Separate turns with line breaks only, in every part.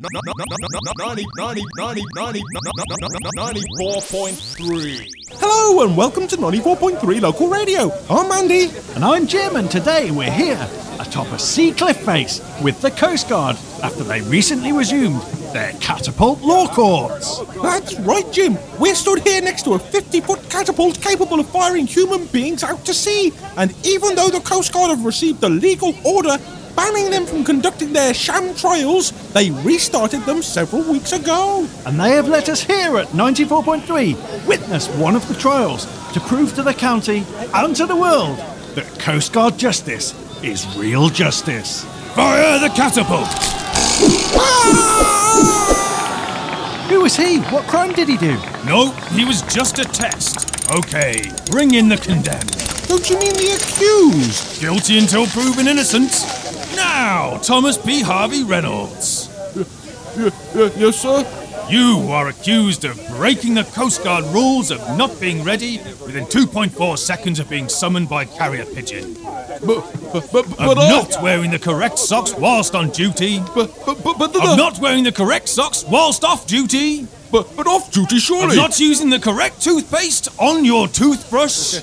Na- na- na- na- na- na- Ninety, ninety, ninety, ninety, na- na- na- na- na- ninety-four point three.
Hello and welcome to 94.3 Local Radio. I'm Andy.
And I'm Jim, and today we're here atop a sea cliff face with the Coast Guard after they recently resumed their catapult law courts.
That's right, Jim. We're stood here next to a 50 foot catapult capable of firing human beings out to sea. And even though the Coast Guard have received a legal order banning them from conducting their sham trials, they restarted them several weeks ago.
And they have let us here at 94.3 witness one of the trials to prove to the county and to the world that Coast Guard justice is real justice. Fire the catapult!
Ah!
Who was he? What crime did he do?
No, he was just a test. Okay, bring in the condemned.
Don't you mean the accused?
Guilty until proven innocent. Now, Thomas P. Harvey Reynolds.
yes, sir.
You are accused of breaking the Coast Guard rules of not being ready within 2.4 seconds of being summoned by carrier pigeon.
But, uh,
Of
uh,
not wearing the correct socks whilst on duty.
but, but, but, uh, but,
Of not wearing the correct socks whilst off duty.
but, but off duty,
Of
surely.
not using the correct toothpaste on your toothbrush.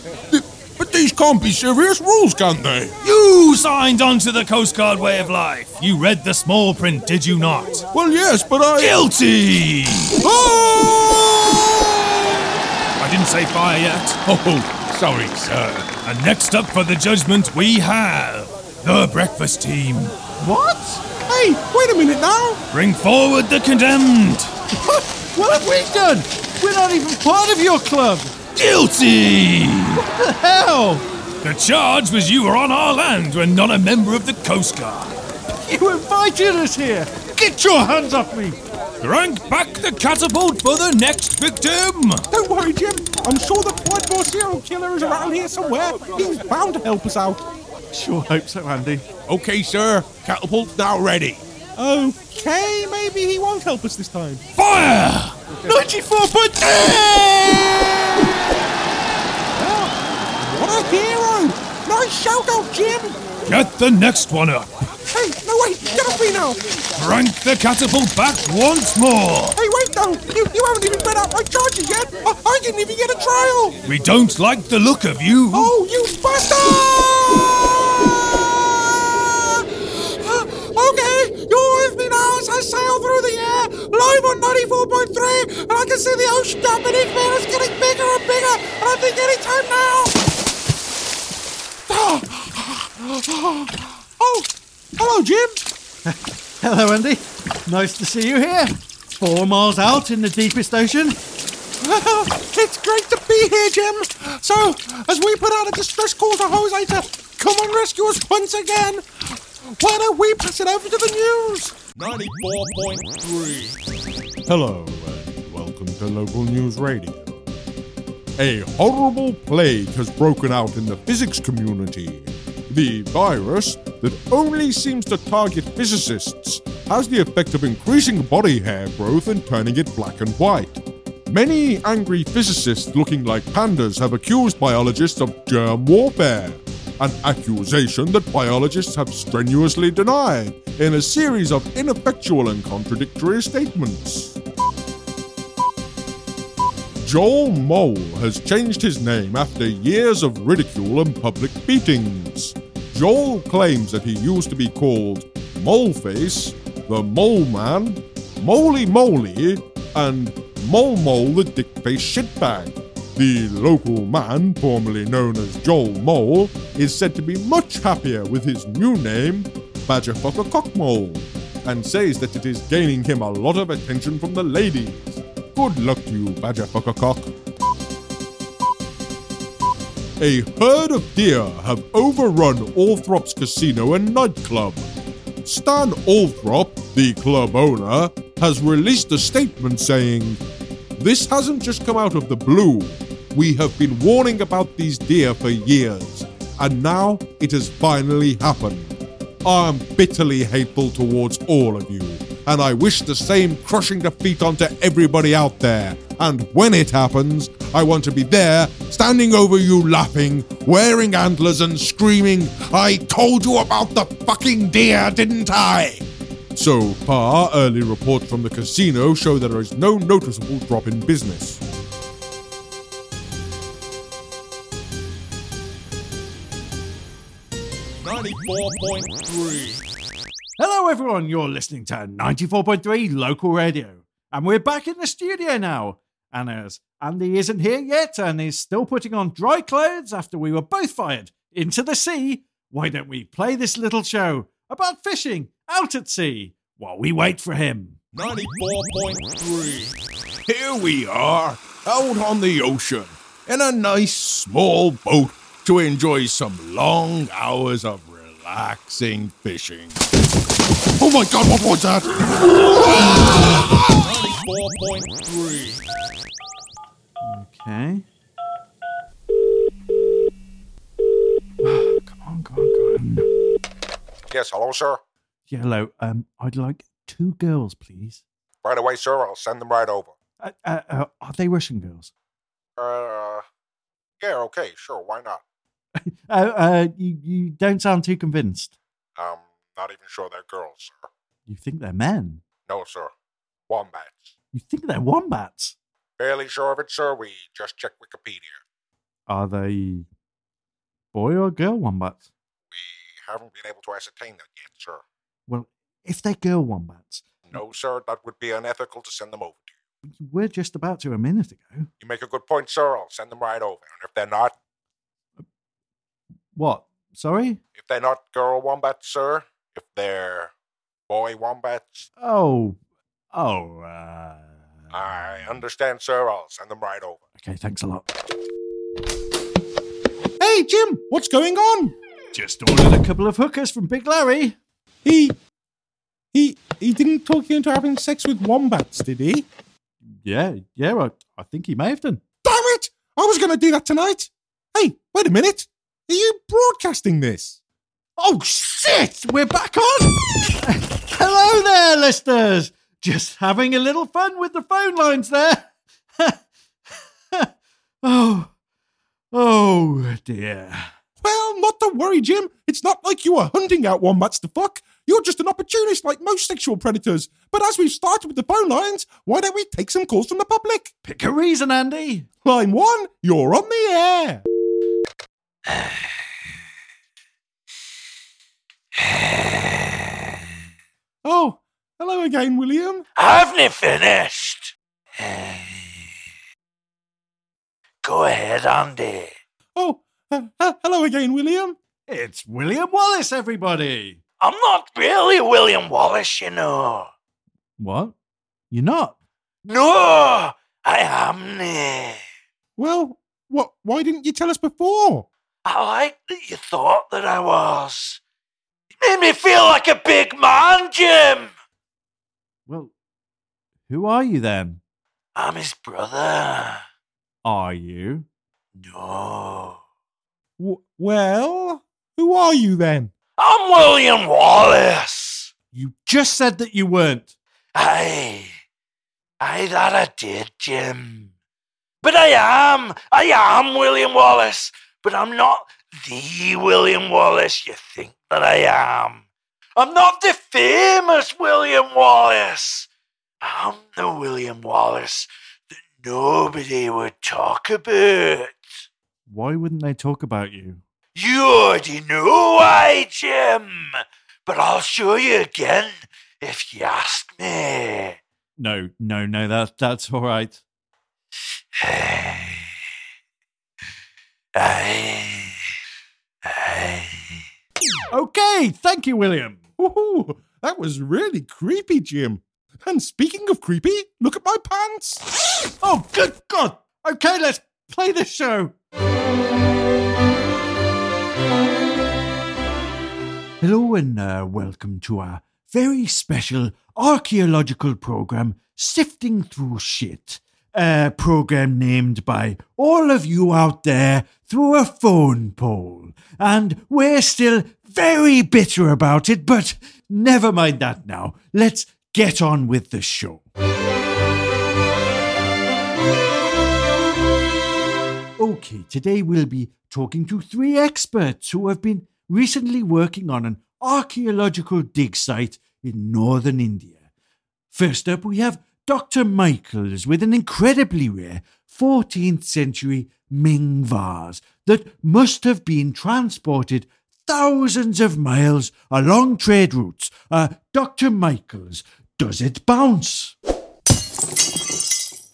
But these can't be serious rules, can they?
You signed on to the Coast Guard way of life. You read the small print, did you not?
Well, yes, but I.
Guilty!
Oh!
I didn't say fire yet. Oh, sorry, sir. And next up for the judgment, we have the breakfast team.
What? Hey, wait a minute now.
Bring forward the condemned.
What, what have we done? We're not even part of your club.
Guilty!
The hell?
The charge was you were on our land when not a member of the Coast Guard.
You invited us here! Get your hands off me!
Crank back the catapult for the next victim.
Don't worry, Jim. I'm sure the Blood War serial killer is around here somewhere. He's bound to help us out.
Sure hope so, Andy.
Okay, sir. Catapult's now ready. Okay, maybe he won't help us this time.
Fire!
94.3!
What a hero! Nice shout out, Jim!
Get the next one up.
Hey, no, wait, get off me now!
Crank the catapult back once more.
Hey, wait, no! You, you haven't even read out my charges yet! I, I didn't even get a trial!
We don't like the look of you.
Oh, you bastard! Okay, you're with me now as I sail through the air, live on 94.3, and I can see the ocean down beneath me, and it's getting bigger and bigger, and I think any time now. Oh, hello, Jim.
Hello, Andy. Nice to see you here. Four miles out in the deepest ocean.
it's great to be here, Jim. So, as we put out a distress call to Jose to come and rescue us once again, why don't we pass it over to the news?
Ninety-four point three.
Hello, and welcome to Local News Radio. A horrible plague has broken out in the physics community. The virus, that only seems to target physicists, has the effect of increasing body hair growth and turning it black and white. Many angry physicists looking like pandas have accused biologists of germ warfare, an accusation that biologists have strenuously denied in a series of ineffectual and contradictory statements. Joel Mole has changed his name after years of ridicule and public beatings. Joel claims that he used to be called Moleface, the Mole Man, Moley Moley, and Mole Mole the Dickface Shitbag. The local man, formerly known as Joel Mole, is said to be much happier with his new name, Badgerfucker Cockmole, and says that it is gaining him a lot of attention from the ladies. Good luck to you, Badger Cock. A herd of deer have overrun Althrop's casino and nightclub. Stan Althrop, the club owner, has released a statement saying, This hasn't just come out of the blue. We have been warning about these deer for years, and now it has finally happened. I am bitterly hateful towards all of you, and I wish the same crushing defeat onto everybody out there. And when it happens, I want to be there, standing over you laughing, wearing antlers and screaming, I told you about the fucking deer, didn't I?
So far, early reports from the casino show that there is no noticeable drop in business.
Ninety-four point three.
Hello, everyone. You're listening to 94.3 Local Radio. And we're back in the studio now. And as Andy isn't here yet and is still putting on dry clothes after we were both fired into the sea, why don't we play this little show about fishing out at sea while we wait for him?
Ninety-four point three.
Here we are, out on the ocean, in a nice small boat to enjoy some long hours of relaxing fishing. Oh my god, what was that?
Ninety-four point three.
Okay. come on, come on, come on.
Yes, hello, sir.
Yeah, hello. Um, I'd like two girls, please.
Right away, sir. I'll send them right over.
Uh, uh, uh, are they Russian girls?
Uh, yeah, okay, sure. Why not?
Uh, uh, you, you don't sound too convinced.
I'm not even sure they're girls, sir.
You think they're men?
No, sir. Wombats.
You think they're wombats?
Barely sure of it, sir. We just checked Wikipedia.
Are they boy or girl wombats?
We haven't been able to ascertain that yet, sir.
Well, if they're girl wombats,
No, sir. That would be unethical to send them over to you.
we were just about to a minute ago.
You make a good point, sir. I'll send them right over. And if they're not,
What? Sorry?
if they're not girl wombats, sir, if they're boy wombats,
Oh, oh. Uh...
Ah.
I understand, sir. I'll send them right over.
Okay, thanks a lot.
Hey, Jim, what's going on?
Just ordered a couple of hookers from Big Larry.
He. He. He didn't talk you into having sex with wombats, did he? Damn
Yeah, yeah, I, I think he may have done.
it! I was going to do that tonight. Hey, wait a minute. Are you broadcasting this?
Oh shit! We're back on! Hello there, listeners! Just having a little fun with the phone lines there. oh, oh dear.
Well, not to worry, Jim. It's not like you are hunting out wombats to fuck. You're just an opportunist like most sexual predators. But as we've started with the phone lines, why don't we take some calls from the public?
Pick a reason, Andy.
Line one, you're on the air. Oh, hello again, William.
Haven't it finished? Go ahead, Andy.
Oh, uh, uh, hello again, William.
It's William Wallace, everybody.
I'm not really William Wallace, you know.
What? You're not?
No, I am not.
Well, what? Why didn't you tell us before?
I like that you thought that I was. It made me feel like a big man, Jim.
Well, who are you then?
I'm his brother.
Are you?
No.
W- well, who are you then?
I'm William Wallace.
You just said that you weren't.
Aye. Aye, that I did, Jim. But I am. I am William Wallace. But I'm not the William Wallace you think that I am. I'm not the famous William Wallace. I'm the William Wallace that nobody would talk about.
Why wouldn't they talk about you?
You already know why, Jim. But I'll show you again if you ask me.
No, no, no, that, that's all right.
Aye. Aye. Aye.
Okay, thank you, William.
Ooh, that was really creepy, Jim. And speaking of creepy, look at my pants.
Oh, good God. Okay, let's play this show. Hello, and uh, welcome to our very special archaeological program, Sifting Through Shit. A program named by all of you out there through a phone poll. And we're still very bitter about it, but never mind that now. Let's get on with the show. Okay, today we'll be talking to three experts who have been recently working on an archaeological dig site in northern India. First up, we have Dr. Michaels with an incredibly rare 14th century Ming vase that must have been transported thousands of miles along trade routes. Uh, Dr. Michaels, does it bounce?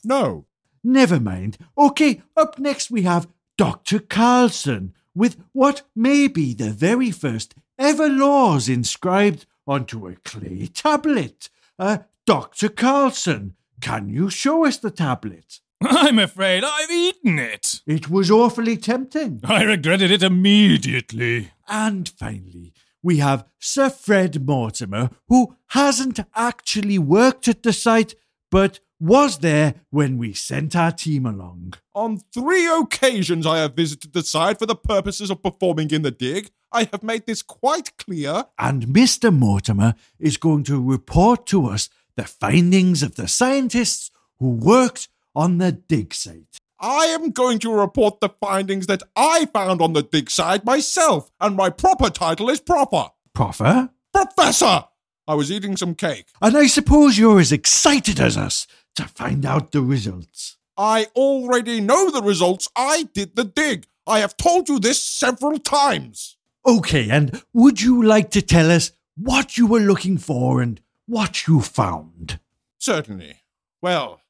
No.
Never mind. Okay, up next we have Dr. Carlson with what may be the very first ever laws inscribed onto a clay tablet. Uh, Dr. Carlson, can you show us the tablet?
I'm afraid I've eaten it.
It was awfully tempting.
I regretted it immediately.
And finally, we have Sir Fred Mortimer, who hasn't actually worked at the site, but was there when we sent our team along.
On three occasions I have visited the site for the purposes of performing in the dig. I have made this quite clear.
And Mr. Mortimer is going to report to us the findings of the scientists who worked on the dig site.
I am going to report the findings that I found on the dig site myself, and my proper title is proper.
Proffer?
Professor! I was eating some cake.
And I suppose you're as excited as us to find out the results.
I already know the results. I did the dig. I have told you this several times.
Okay, and would you like to tell us what you were looking for and what you found?
Certainly. Well,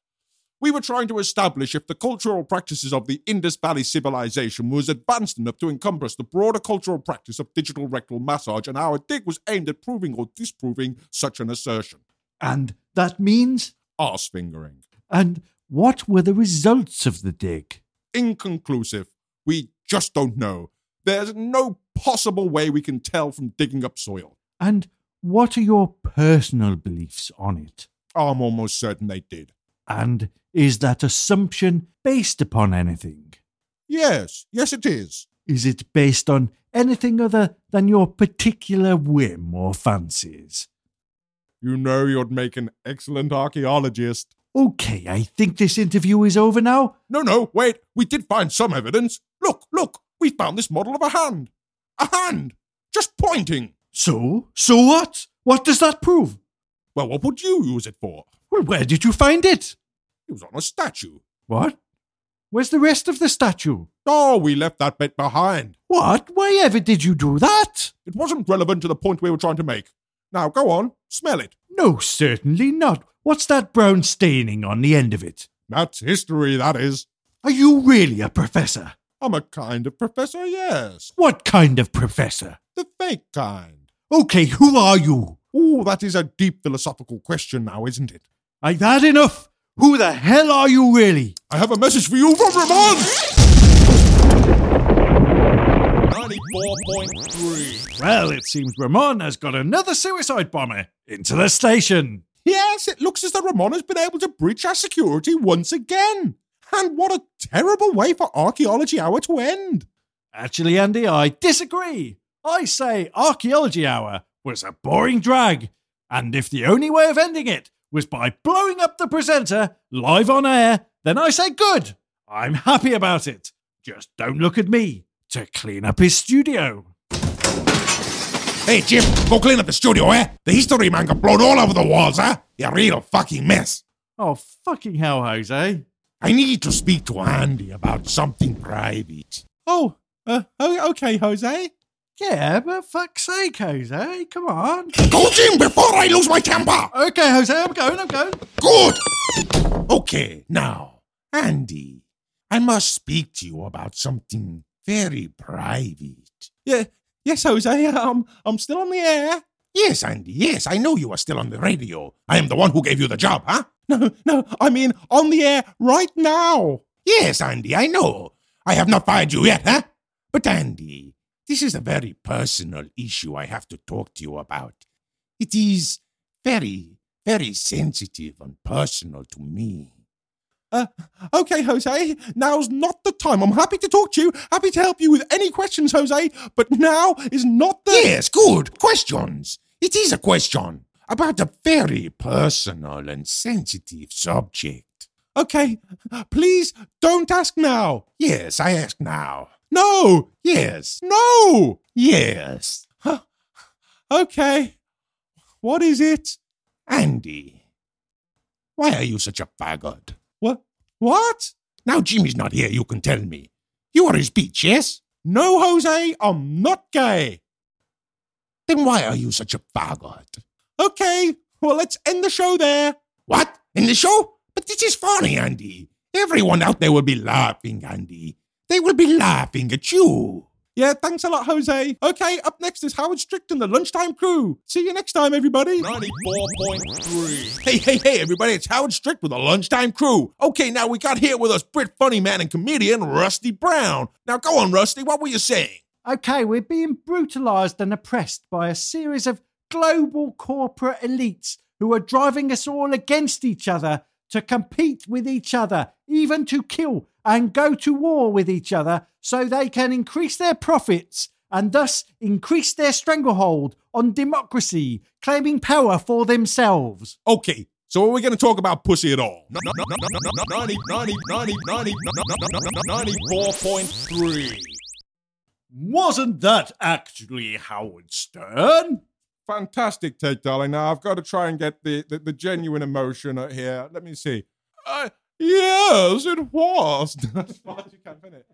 we were trying to establish if the cultural practices of the Indus Valley civilization was advanced enough to encompass the broader cultural practice of digital rectal massage, and our dig was aimed at proving or disproving such an assertion.
And that means?
Arse fingering.
And what were the results of the dig?
Inconclusive. We just don't know. There's no possible way we can tell from digging up soil.
And what are your personal beliefs on it?
I'm almost certain they did.
And is that assumption based upon anything?
Yes, yes, it is.
Is it based on anything other than your particular whim or fancies?
You know you'd make an excellent archaeologist.
Okay, I think this interview is over now.
No, no, wait. We did find some evidence. Look, look. We found this model of a hand. A hand! Just pointing.
So? So what? What does that prove?
Well, what would you use it for?
Well, where did you find it?
It was on a statue.
What? Where's the rest of the statue?
Oh, we left that bit behind.
What? Why ever did you do that?
It wasn't relevant to the point we were trying to make. Now, go on. Smell it.
No, certainly not. What's that brown staining on the end of it?
That's history, that is.
Are you really a professor?
I'm a kind of professor, yes.
What kind of professor?
The fake kind.
Okay, who are you?
Oh, that is a deep philosophical question now, isn't it?
I've had enough. Who the hell are you really?
I have a message for you from Ramon!
94.3.
Well, it seems Ramon has got another suicide bomber into the station.
Yes, it looks as though Ramon has been able to breach our security once again. And what a terrible way for Archaeology Hour to end.
Actually, Andy, I disagree. I say Archaeology Hour was a boring drag. And if the only way of ending it was by blowing up the presenter live on air, then I say good. I'm happy about it. Just don't look at me to clean up his studio.
Hey, Jim, go clean up the studio, eh? The history man got blown all over the walls, eh? You real fucking mess.
Oh, fucking hell, Jose.
I need to speak to Andy about something private. Oh, uh, o- okay, Jose.
Yeah, but fuck's sake, Jose. Come on.
Go, Jim, before I lose my temper.
Okay, Jose, I'm going, I'm going.
Good. Okay, now, Andy, I must speak to you about something very private. Yeah, yes, Jose, um, I'm still on the air. Yes, Andy, yes, I know you are still on the radio. I am the one who gave you the job, huh? No, no, I mean on the air right now. Yes, Andy, I know. I have not fired you yet, huh? But, Andy, this is a very personal issue I have to talk to you about. It is very, very sensitive and personal to me. Uh, okay, Jose. Now's not the time. I'm happy to talk to you, happy to help you with any questions, Jose, but now is not the. Yes, good. Questions. It is a question about a very personal and sensitive subject. Okay, please don't ask now. Yes, I ask now. No! Yes. No! Yes. okay.
What is it? Andy.
Why are you such a faggot?
What? What?
Now Jimmy's not here, you can tell me. You are his bitch, yes?
No, Jose, I'm not gay.
Then why are you such a faggot?
Okay, well, let's end the show there.
What? In the show? But this is funny, Andy. Everyone out there will be laughing, Andy. They will be laughing at you.
Yeah, thanks a lot, Jose. Okay, up next is Howard Strict and the Lunchtime Crew. See you next time, everybody.
94.3.
Hey, hey, hey, everybody, it's Howard Strict with the Lunchtime Crew. Okay, now we got here with us Brit funny man and comedian Rusty Brown. Now go on, Rusty, what were you saying?
Okay, we're being brutalised and oppressed by a series of global corporate elites who are driving us all against each other to compete with each other, even to kill and go to war with each other so they can increase their profits and thus increase their stranglehold on democracy, claiming power for themselves.
Okay, so are we going to talk about pussy at all?
94.3.
Wasn't that actually Howard Stern?
Fantastic, Ted, darling. Now I've got to try and get the, the, the genuine emotion out here. Let me see. Uh, yes, it was. That's fine, you can, isn't it?